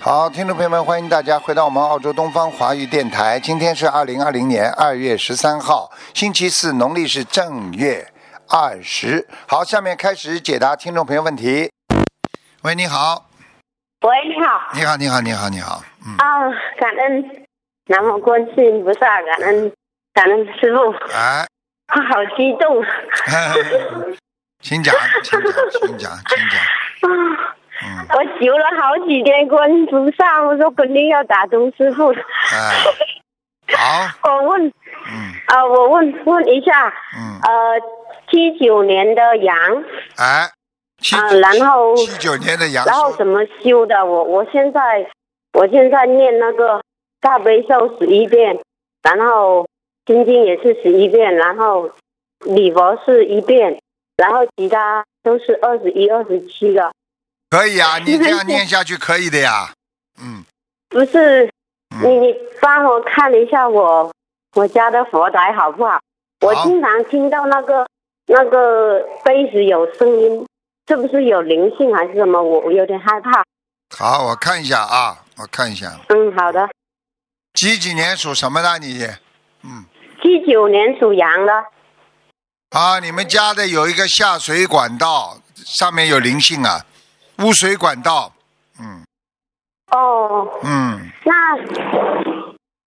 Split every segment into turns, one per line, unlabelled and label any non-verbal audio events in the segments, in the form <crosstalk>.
好，听众朋友们，欢迎大家回到我们澳洲东方华语电台。今天是二零二零年二月十三号，星期四，农历是正月二十。好，下面开始解答听众朋友问题。喂，你好，
喂，你好
你好，你好，你好，你好，嗯，
啊，感恩南无观世音菩萨，感恩感恩师傅，
哎，
啊好激动啊！
请讲，请讲，请讲，请讲，嗯，
我求了好几天观音菩萨，我说肯定要打通师傅。
哎，好，
我问
嗯
啊、我问问一下，
嗯，
呃，七九年的羊，
哎，七
啊、然后
七九年的杨
然后
树
怎么修的？我我现在我现在念那个大悲咒十一遍，然后心经也是十一遍，然后礼佛是一遍，然后其他都是二十一、二十七的，
可以啊，你这样念下去可以的呀，嗯，
不是？
嗯
你你帮我看一下我我家的佛台好不好？我
好
经常听到那个那个杯子有声音，是不是有灵性还是什么？我我有点害怕。
好，我看一下啊，我看一下，
嗯，好的。
几几年属什么的你？嗯，
七九年属羊的。
啊，你们家的有一个下水管道，上面有灵性啊，污水管道，嗯
哦，
嗯，
那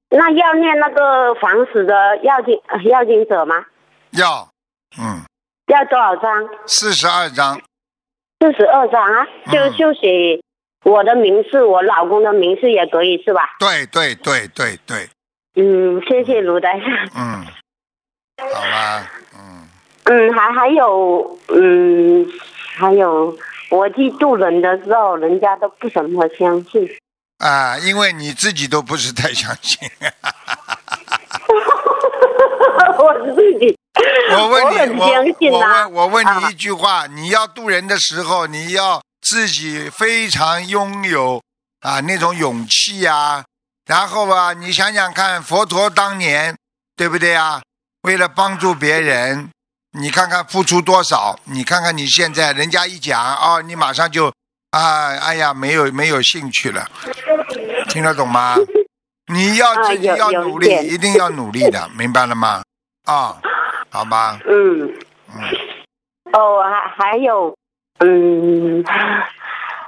那要念那个防止的要经呃要经者吗？
要，嗯，
要多少张？
四十二章，
四十二张啊，就、
嗯
就写我的名字，我老公的名字也可以是吧？
对对对对对，
嗯，谢谢卢台长。
嗯，好吧，嗯，
嗯，还还有嗯，还有我去渡人的时候，人家都不怎么相信。 <laughs>
啊，因为你自己都不是太相信，
我自己，
<laughs> 我问
很
你，我
相信
我
啊
问。我问你
啊
一句话：你要渡人的时候，你要自己非常拥有啊那种勇气啊。然后吧，你想想看，佛陀当年对不对啊？为了帮助别人，你看看付出多少？你看看你现在，人家一讲哦，你马上就啊，哎呀，没有没有兴趣了，听得懂
<laughs>
吗？你要
啊
自己
有
要
有一
努力，
点
一定要努力的， <laughs> 明白了吗？啊、好吧，
嗯，哦，还还有，嗯，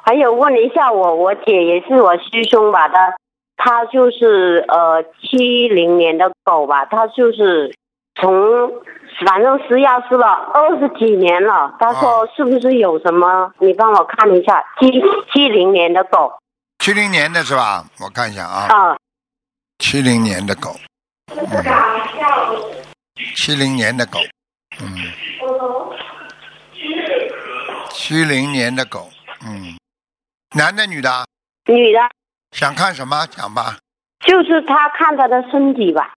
还有问一下我，我姐也是我师兄吧，他他就是呃七零年的狗吧，他就是从反正吃药吃了二十几年了，他说
啊
是不是有什么？你帮我看一下，七七零年的狗
七零年的是吧？我看一下啊，
啊，
七零年的狗，七零年的狗，嗯，七零年的狗，嗯，男的女的啊？
女的，
想看什么讲吧？
就是他看他的身体吧，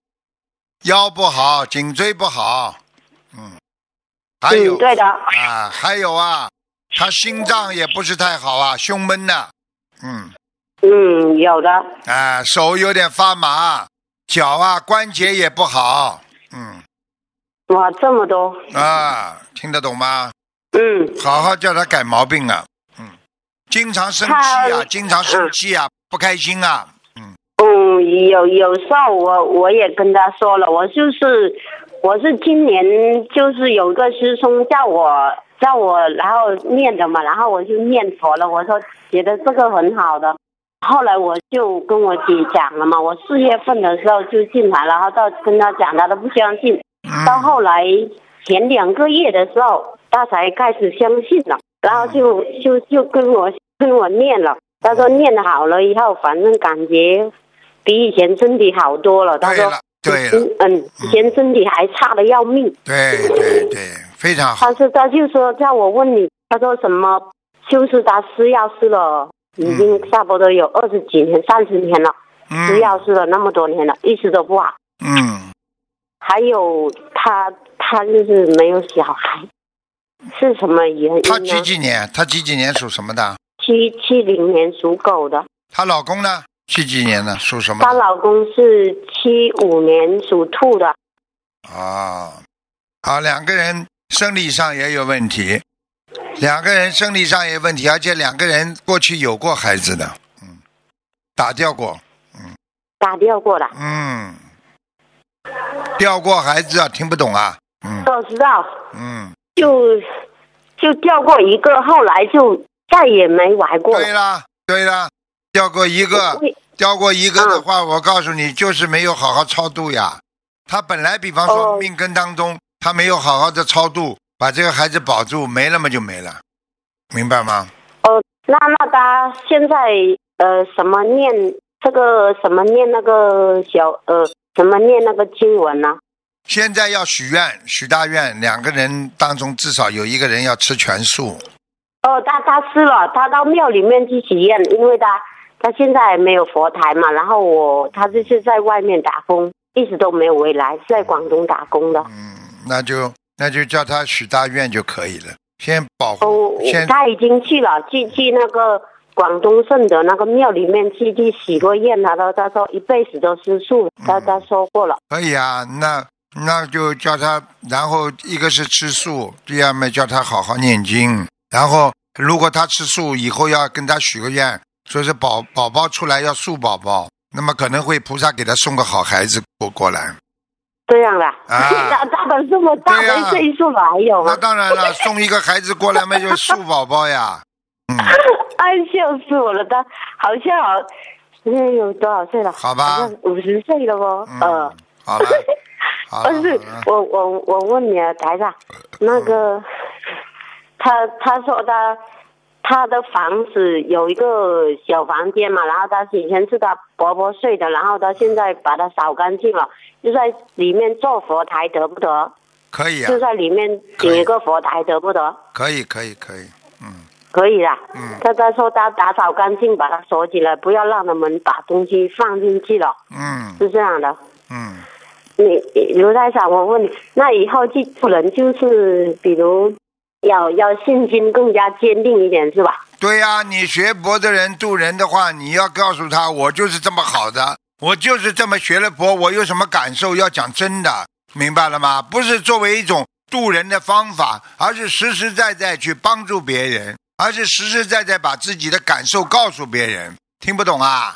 腰不好，颈椎不好，嗯，还有
嗯，对的，
啊，还有啊，他心脏也不是太好啊，胸闷呐、嗯，
嗯，有的，
啊，手有点发麻，脚啊关节也不好，嗯，
哇，这么多，
啊，听得懂吗？
嗯。
好好叫他改毛病啊，嗯，经常生气啊
他，
经常生气啊，不开心啊，嗯，
嗯，有有时候我我也跟他说了，我就是我是今年就是有一个师兄叫我叫我，然后念的嘛，然后我就念佛了，我说觉得这个很好的。后来我就跟我姐讲了嘛，我四月份的时候就进来，然后到跟他讲，他都不相信。到
嗯，
后来前两个月的时候，他才开始相信
嗯
了，然后就就就跟我跟我念了，他说念好了以后，反正感觉比以前身体好多了。他
对
说
了，，对了，
嗯，以前身体还差的要命。
对对对，非常好
他，说他就说叫我问你，他说什么？就是他吃药吃了，已经差不多有二十几年、三十年了，吃
嗯
药吃了那么多年了，一直都不好。
嗯，
还有他他就是没有小孩，是什么原因呢？
他几几年？他几几年属什么的？
七七零年属狗的，
她老公呢？七几年的？属什么
她
的？
老公是七五年属兔的。
啊，啊，两个人生理上也有问题，两个人生理上也有问题，而且两个人过去有过孩子的，嗯打掉过，
打掉过了，
嗯，掉过孩子啊，听不懂啊，嗯
我知道，
嗯，
就就掉过一个，后来就再也没玩过
对
了。
啦对啦，掉过一个，
为
掉过一个的
嗯
话，我告诉你，就是没有好好超度呀。他本来比方说
哦
命根当中，他没有好好的超度，把这个孩子保住，没了嘛就没了，明白吗？
哦，那那他现在呃什么念这个什么念那个小呃什么念那个经文呢？
现在要许愿，许大愿，两个人当中至少有一个人要吃全素。
哦，他他吃了，他到庙里面去许愿，因为他他现在没有佛台嘛，然后我他就是在外面打工，一直都没有回来，是在广东打工的。
嗯，那就那就叫他许大愿就可以了。先保
哦，
护
我，
嗯先
他已经去了，去去那个广东省的那个庙里面去去许过愿，他说他说一辈子都吃素，
嗯
他他说过了。
可以啊。那那就叫他，然后一个是吃素，第二嘛叫他好好念经。然后如果他吃素，以后要跟他许个愿，说是宝宝宝出来要素宝宝，那么可能会菩萨给他送个好孩子过过来。
这样 <laughs> 啦，
啊
大大的这么大
对
的
呀
岁数了，哎还有
那
吗？
当然了，送一个孩子过来嘛，就是素宝宝呀。嗯。
哎，笑死我了！他好像好，嗯，有多少岁了？
好吧
五十岁了哦。呃
嗯，，好了，好了，
但 <laughs> 是
好了呃嗯
我我我问你啊，台长，那个他他说他他的房子有一个小房间嘛，然后他以前是他伯伯睡的，然后他现在把它扫干净了，就在里面做佛台得不得？
可以啊
就，在里面顶一个佛台得不得？
可以，可以，可以，嗯，
可以啦，
嗯
他他说他打扫干净，把它锁起来，不要让他们把东西放进去了，
嗯，
是这样的。
嗯，
你你刘太长，我问你，那以后去不能就是比如要要信心更加坚定一点，是吧？
对呀、你学佛的人度人的话，你要告诉他，我就是这么好的，我就是这么学了佛，我有什么感受，要讲真的，明白了吗？不是作为一种度人的方法，而是实实在在去帮助别人，而是实实在在把自己的感受告诉别人，听不懂啊？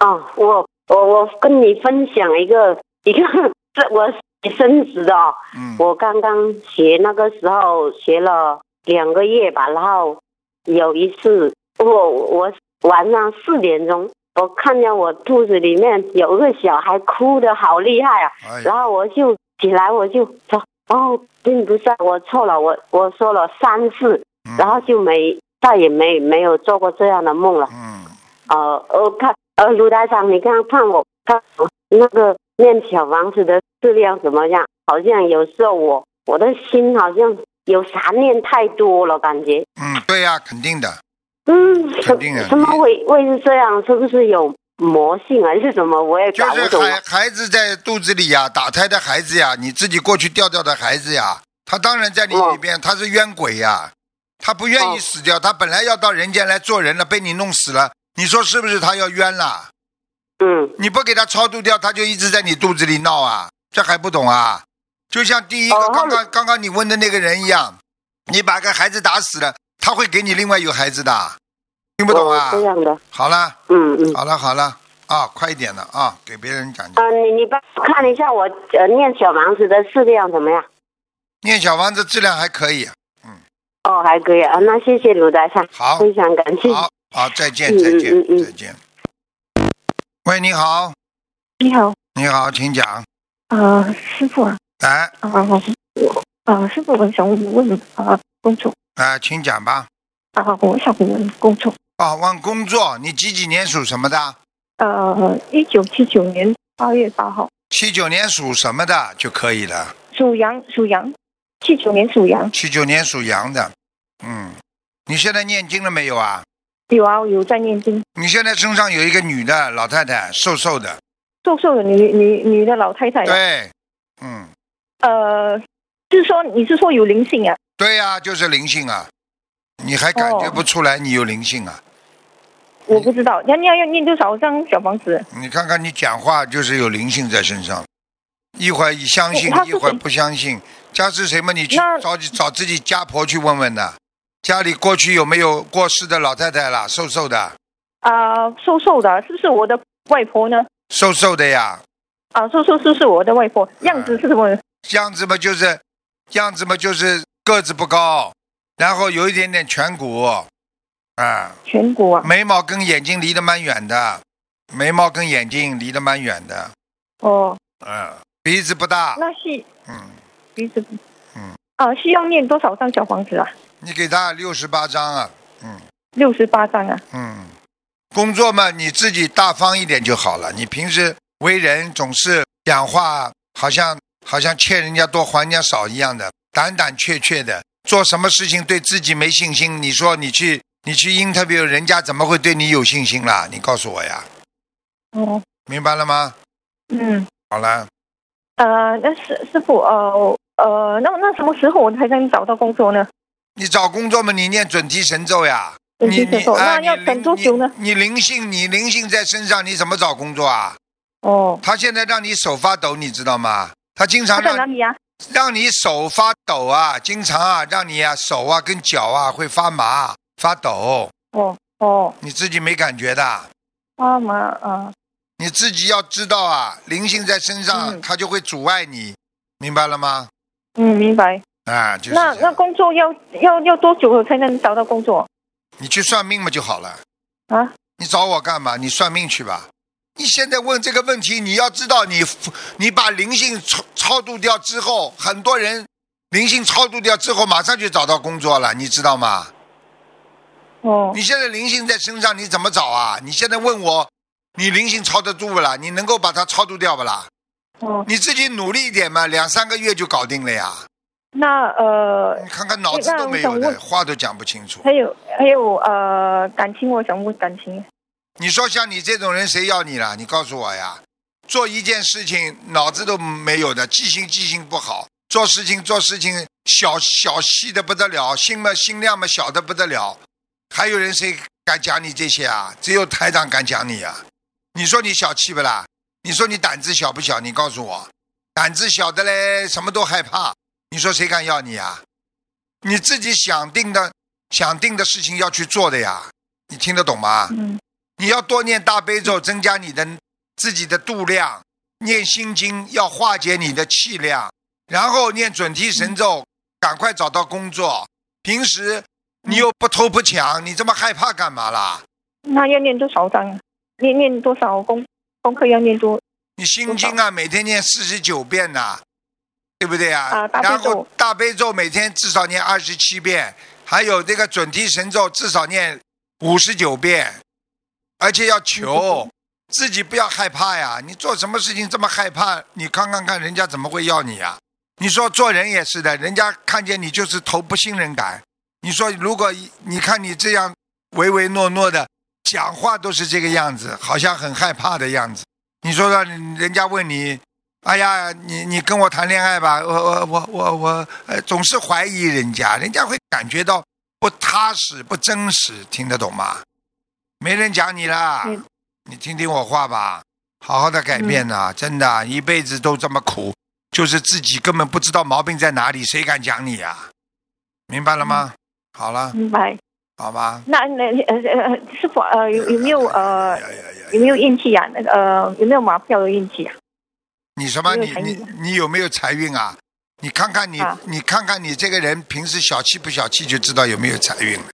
哦，我我我跟你分享一个 <laughs> 一个这我生子的、哦，
嗯，
我刚刚学那个时候学了两个月吧，然后有一次我我晚上四点钟，我看见我肚子里面有个小孩哭的好厉害啊，
哎
然
呀，
后我就起来我就说哦，并不是我错了，我我说了三次，
嗯
然后就没再也没没有做过这样的梦了。
嗯，
呃，我看呃，卢台长，你看看我看我那个念小房子的质量怎么样？好像有时候我我的心好像有杂念太多了，感觉
嗯，对呀、肯定的。
嗯，
肯
怎
定啊
怎么
你
会会是这样？是不是有魔性啊还是什么？我也
就
搞不
是
懂啊。
孩孩子在肚子里呀、打胎的孩子呀，你自己过去掉掉的孩子呀，他当然在你里边，他是冤鬼呀，他不愿意
哦
死掉，他本来要到人间来做人了，被你弄死了，你说是不是他要冤了？
嗯，
你不给他超度掉，他就一直在你肚子里闹啊，这还不懂啊？就像第一个
哦
刚刚刚刚你问的那个人一样，你把个孩子打死了，他会给你另外有孩子的，听不懂
哦
啊？
这样的，
好了，
嗯嗯。
好了，好了，啊，快一点了啊，给别人讲讲。
啊，你你帮我看一下我呃念小房子的质量怎么样？
念小房子质量还可以，啊
哦，还可以啊。那谢谢卢台长，
哦
好，
非常感谢。
好，好，再见，
嗯
再
嗯
见，
嗯
再见。喂，你好，
你好，
你好，请讲。
呃，师傅啊，
哎
啊、我呃，师傅，我想问啊、呃，公众
哎，请讲吧。
啊、我想问公众，
啊，问工作，你几几年属什么的？
呃，一九七九年八月八号，
七九年属什么的就可以了。
属羊，属羊，七九年属羊，
七九年属羊的，嗯，你现在念经了没有啊？
有啊，有在念经，
你现在身上有一个女的老太太，瘦瘦的，
瘦瘦的女女女的老太
哎
太、啊，
对，嗯，
呃，是说你是说有灵性啊？
对呀、就是灵性啊，你还感觉
哦
不出来你有灵性啊？
我不知道，要要要念多少张小房子？
你看看你讲话就是有灵性在身上，一会儿相信
哦他，是
一会儿
谁
不相信。家是谁嘛？你去
那
找找自己家婆去问问呐。家里过去有没有过世的老太太啦？瘦瘦的，
呃瘦瘦的，是不是我的外婆呢？
瘦瘦的呀，
啊、瘦瘦是是我的外婆，样子是什么？
样子嘛就是，样子嘛就是个子不高，然后有一点点颧骨，啊，
颧骨啊？
眉毛跟眼睛离得蛮远的，眉毛跟眼睛离得蛮远的，
哦，
嗯，鼻子不大，
那是
嗯，
鼻子，
嗯，
啊，需要念多少张小房子啊？
你给他六十八张啊，嗯
六十八张啊？
嗯，工作嘛你自己大方一点就好了，你平时为人总是讲话好像好像欠人家多还人家少一样的，胆胆怯怯的，做什么事情对自己没信心，你说你去你去 interview 人家怎么会对你有信心啦？你告诉我呀，
哦，
明白了吗？
嗯，
好了，
呃，那师师傅，呃呃，那那什么时候我才能找到工作呢？
你找工作嘛，你念准提神咒呀。
准
你
提神
你
咒，
啊
那要
你
等
灵
多久呢？
你你灵性，你灵性在身上，你怎么找工作啊？
哦，
他现在让你手发抖，你知道吗？他经常
他在哪
让
里呀、
让你手发抖啊，经常啊，让你啊手啊跟脚啊会发麻发抖，
哦哦，
你自己没感觉的，
妈妈啊，
你自己要知道啊，灵性在身上，啊
嗯
它就会阻碍你，明白了吗？
嗯，明白。
啊，就是
那
这
那
样
工作要要要多久才能找到工作
你去算命嘛就好了。
啊？
你找我干嘛？你算命去吧。你现在问这个问题，你要知道你，你把灵性超超度掉之后，很多人灵性超度掉之后，马上就找到工作了，你知道吗？
哦，
你现在灵性在身上，你怎么找啊？你现在问我，你灵性超得住不啦？你能够把它超度掉不啦？
哦，
你自己努力一点嘛，两三个月就搞定了呀。
那呃
你，看看脑子都没有
哎那我想
的，话都讲不清楚。
还有还有呃，感情，我想问感情。
你说像你这种人，谁要你了？你告诉我呀！做一件事情脑子都没有的，记性记性不好，做事情做事情小小细的不得了，心嘛心量嘛小的不得了，还有人谁敢讲你这些啊？只有台长敢讲你啊！你说你小气不啦？你说你胆子小不小？你告诉我，胆子小的嘞，什么都害怕。你说谁敢要你啊？你自己想定的想定的事情要去做的呀，你听得懂吗？
嗯
你要多念大悲咒，增加你的自己的度量；念心经要化解你的气量，然后念准提神咒，赶快找到工作。平时你又不偷不抢，你这么害怕干嘛啦？
那要念多少章啊？念念多少功功课要念多
你心经啊，每天念四十九遍呐、对不对啊？
啊大悲
然后
咒
大悲咒每天至少念二十七遍，还有这个准提神咒至少念五十九遍，而且要求自己不要害怕呀！你做什么事情这么害怕？你看看看人家怎么会要你呀？你说做人也是的，人家看见你就是投不信任感。你说如果一你看你这样唯唯诺诺的，讲话都是这个样子，好像很害怕的样子。你说让人家问你，哎呀，你你跟我谈恋爱吧，我我我我我，呃，总是怀疑人家，人家会感觉到不踏实、不真实，听得懂吗？没人讲你啦，
嗯
你听听我话吧，好好的改变呐、
嗯
真的，啊一辈子都这么苦，就是自己根本不知道毛病在哪里，谁敢讲你呀、明白了
嗯
吗？好了，
明白？
好吧。
那那呃呃呃，师傅呃有有没有呃
哎呀呀呀呀
有没有运气呀、那个呃有没有马票的运气啊？
你什么？
有没
你
有财
你
运啊
你有没有财运啊？你看看你，
啊
你看看你这个人平时小气不小气，就知道有没有财运了。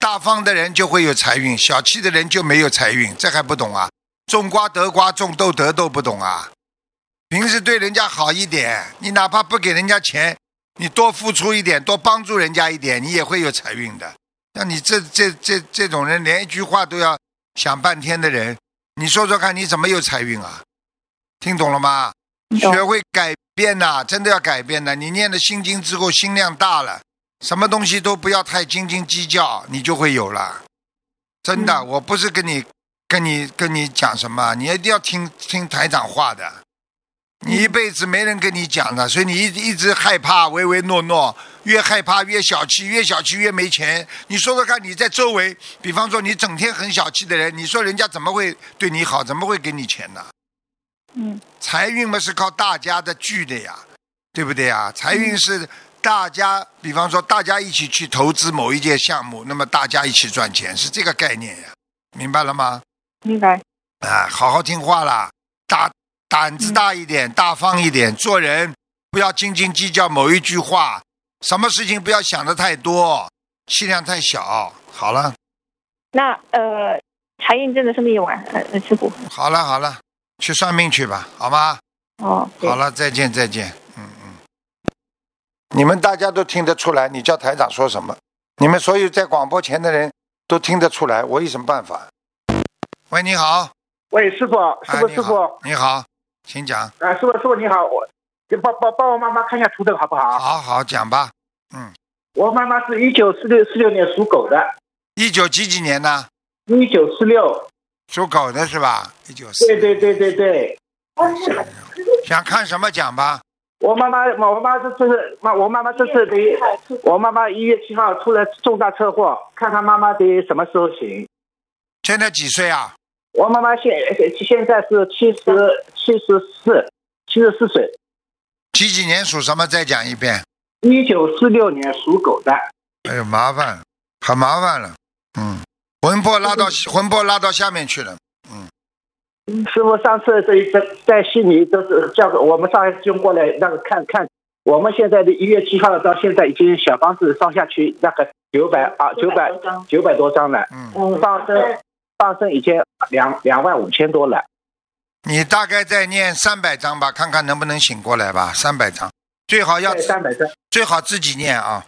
大方的人就会有财运，小气的人就没有财运，这还不懂啊？种瓜得瓜，种豆得豆，不懂啊？平时对人家好一点，你哪怕不给人家钱，你多付出一点，多帮助人家一点，你也会有财运的。像你这这这这种人，连一句话都要想半天的人，你说说看，你怎么有财运啊？听懂了吗？
你懂
学会改变呐、真的要改变呐、你念了心经之后，心量大了，什么东西都不要太斤斤计较，你就会有了。真的，
嗯
我不是跟你、跟你、跟你讲什么，你一定要听听台长话的。你一辈子没人跟你讲
嗯
的，所以你一一直害怕、唯唯诺诺，越害怕越小气，越小气越没钱。你说说看，你在周围，比方说你整天很小气的人，你说人家怎么会对你好，怎么会给你钱呢？
嗯
财运嘛是靠大家的聚的呀，对不对呀？财运是大家，比方说大家一起去投资某一件项目，那么大家一起赚钱，是这个概念呀。明白了吗？
明白。
啊，好好听话啦，大胆子大一点，大方一点，做人不要斤斤计较某一句话，什么事情不要想的太多，气量太小。好了，
那呃，财运真的是没有啊，呃，呃师傅。
好了，好了，去算命去吧，好吗？
哦，对
好了，再见，再见。嗯嗯，你们大家都听得出来，你叫台长说什么？你们所有在广播前的人都听得出来，我有什么办法？喂，你好，
喂，师傅，师
哎
傅，
你
师傅，
好你好，请讲。
呃，师傅，师傅你好，我帮帮帮我妈妈看一下图腾好不好？
好好讲吧。
我妈妈是一九四六四六年属狗的，
一九几几年呢？
一九四六，
属狗的是吧？一九四。
对对对对对，
想看什么讲吧？
我妈妈，我妈这这是妈，我妈妈这次的，我妈妈一月七号出了重大车祸，看看妈妈的什么时候醒。
现在几岁啊？
我妈妈现现在是七十七十四，七十四岁，
几几年属什么？再讲一遍。
一九四六年属狗的，
哎呦，麻烦，很麻烦了。嗯，魂魄拉到魂魄拉到下面去了。
师傅上次在在在悉尼都是叫我们上海师兄过来那个看看，我们现在的一月七号到现在已经小房子上下去那个九百啊九百九百多张哦了，
嗯，
嗯
放生放生已经两两万五千多了，
你大概再念三百章吧，看看能不能醒过来吧。三百章，最好要
对，三百张，
最好自己念啊。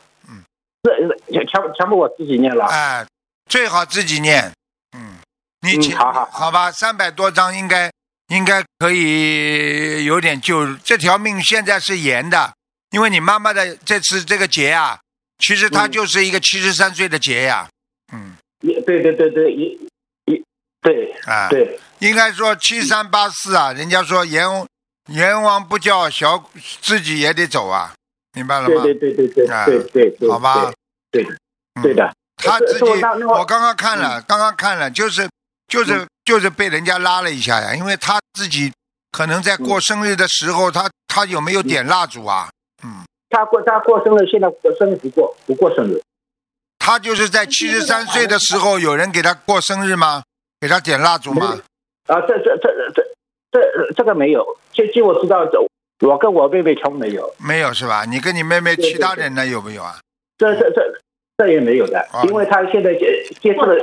这全全全部我自己念了，
哎，最好自己念。嗯，你
嗯
请、
好好
吧，三百多张应该应该可以有点救。这条命现在是严的，因为你妈妈的这次这个劫啊，其实她
嗯
就是一个七十三岁的劫呀、嗯
也对对对对，一一对
啊，
对
应该说七三八四啊，人家说阎阎王不叫小，自己也得走啊，明白了
对
吗？
对对对对
啊
对对对，
好吧
对，
嗯
对对的，
他自己，
是是那那我嗯
我刚刚看了，刚刚看了，就是就是、就是被人家拉了一下呀，因为他自己可能在
嗯
过生日的时候，他他有没有点蜡烛啊？
他过他过生日，现在过生日不过不过生日。
他就是
嗯
在七十三岁的时候，有人给他过生日吗？给他点蜡烛吗？
啊，这这这这这这个没有，据据我知道，这我跟我妹妹全部没有，
没有是吧？你跟你妹妹
对
其他人呢有没有啊？
这这这这也没有的
啊，
因为她现在接接触了，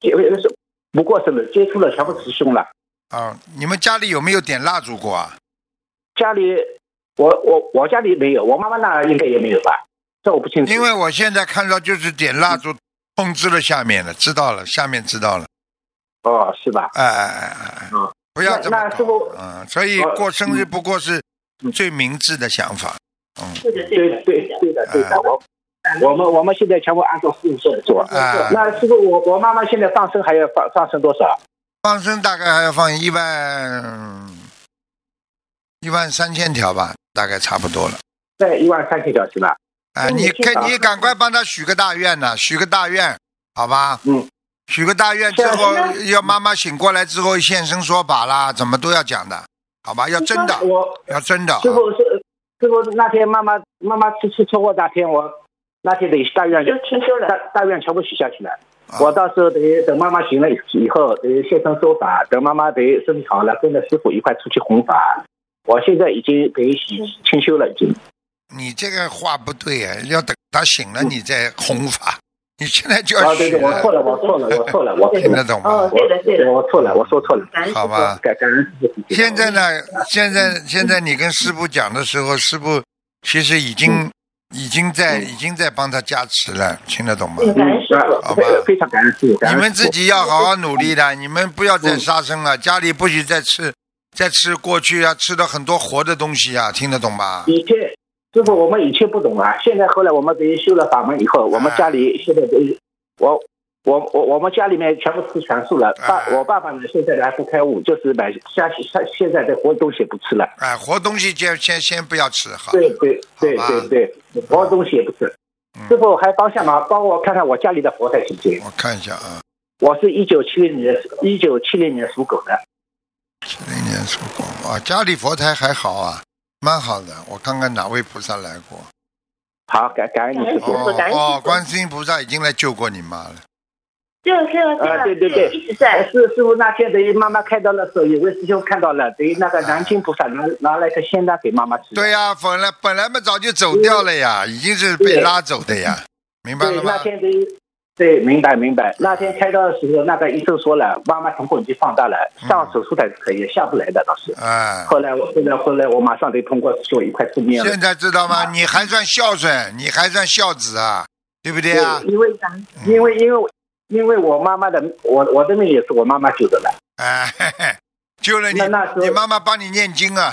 接是不过生日，接触了全部师兄了，
啊，你们家里有没有点蜡烛过啊？
家里我我我家里没有，我妈妈那应该也没有吧，这我不清楚。
因为我现在看到就是点蜡
嗯
烛通知了下面了，知道了，下面知道了。
哦，是吧？
哎哎哎哎哎
嗯，
不要这么
那那师
搞
傅，
嗯，所以
呃
过生日
嗯
不过是
嗯
最明智的想法。
对对对的对的，我我们我们现在全部按照四顺做。
啊
那师傅，我我妈妈现在放生还要放放生多少？
放生大概还要放一万一万三千条吧，大概差不多了。
在一万三千条是吧？
哎，
嗯
你
我知道
看，你赶快帮他许个大愿呐，许个大愿，好吧？
嗯，
许个大愿之后
是啊，
要妈妈醒过来之后现身说法啦，怎么都要讲的，好吧？要真的，
我
要真的啊。
师傅是师傅那天妈妈妈妈出出车祸那天我那天得大院就清修了，大大院全部许下去了。
啊
我到时候得等妈妈醒了以后得现身说法，等妈妈得身体好了，跟着师傅一块出去弘法。我现在已经得清修了，已经。
你这个话不对啊，要等他醒了你再弘法。你现在就
嗯啊，
要
对
许
对，我
了
错了，我错了，我错了，我错
听得
了，
懂
哦
吗？，
对的，对的
我，我错了，我说错了。
感恩师
好
傅
吧。
感感恩师傅。
现在呢，
嗯
现在现在你跟师傅讲的时候，师傅其实已
嗯
经已经在已经在帮他加持了，听得懂吗？
嗯感恩师傅，
好吧
啊非非常感恩师傅，感
你
恩
们
师
自
傅。
己要好好努力
嗯
的，你们不要再杀生了，家里不许再吃再吃过去啊吃的很多活的东西啊，听得懂吧？
以前师傅我们以前不懂啊，现在后来我们得修了法门以后，我
啊
们家里现在得我。我我我们家里面全部吃全素了，爸
哎
我爸爸呢现在还不开悟，就是买下下现在的活东西也不吃了，
哎，活东西就先先不要吃，好。
对对对
好吧嗯
对对，活东西也不吃。师傅还帮下忙，帮我看看我家里的佛台行不行？
我看一下啊，
我是一九七零年一九七零年属狗的，
零年属狗啊，家里佛台还好啊，蛮好的。我看看哪位菩萨来过。
好感感恩你师傅
感，恩师
哦
父
哦，观世音菩萨已经来救过你妈了。
就是这
呃
个，
对对对哎
就一直在。
是师傅那天等于妈妈开刀的时候，有位师兄看到了，等于那个南京菩萨拿拿了一个仙丹给妈妈吃。
对呀、本来本来嘛早就走掉了呀，已经是被
对
拉走的呀，明白
对，
了
那
吗？
天等于对，明白明白。那天开刀的时候，那个医生说了，妈妈瞳孔已经放大了，
嗯
上手术台是可以，下不来的当时。
啊，
后来我后来后来我马上得通过做一块出面了。
现在知道吗？你还算孝顺，你还算孝子啊，对不对啊？嗯
因为因为因为因为我妈妈的我我的命也是我妈妈救的了。
<laughs> 哎，嘿嘿救了你
那那时，候
你妈妈帮你念经啊，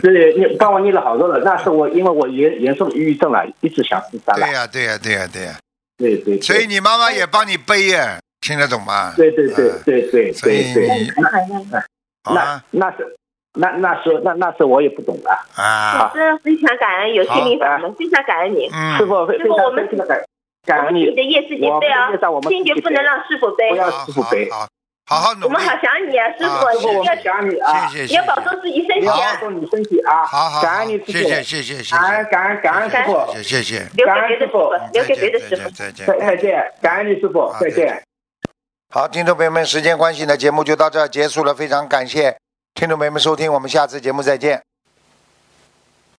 对，你帮我念了好多了。那是我因为我严严重抑郁症了，一直想自杀了
对。呀、对呀、对呀、对呀、
对对，对
所以你妈妈也帮你背呀、听得懂吗？
对对对对对
所以
对对
你，好
那
啊
那是那那时候那那时候我也不懂啊。
啊，
真的非常感恩有心灵法门，非常感恩你。
嗯
师，傅非
师傅我
常
们
非常感哎感
我
恩
们自己的
你，
业自己背啊
我们业障我，们
坚决
自己
不
背
能让师傅背
不。要
好
师傅背。
好好好好
我
努
们
力，
好想你啊，师
啊
傅，
师
你
傅
我
要
们想你啊，
谢谢，
你要保重自己身体
好
啊
保，重你身体啊！
好好，
感
好
恩你师
谢谢
傅，
谢谢谢谢，
感恩感恩感恩师傅，
谢谢谢谢，
留给别的师傅
感
嗯，
留给别的师
再
傅
见。再见
再
再见。
再见，感恩你师傅
好，
再
再
见
见。好，听众朋友们，时间关系呢，节目就到这儿结束了，非常感谢听众朋友们收听，我们下次节目再见。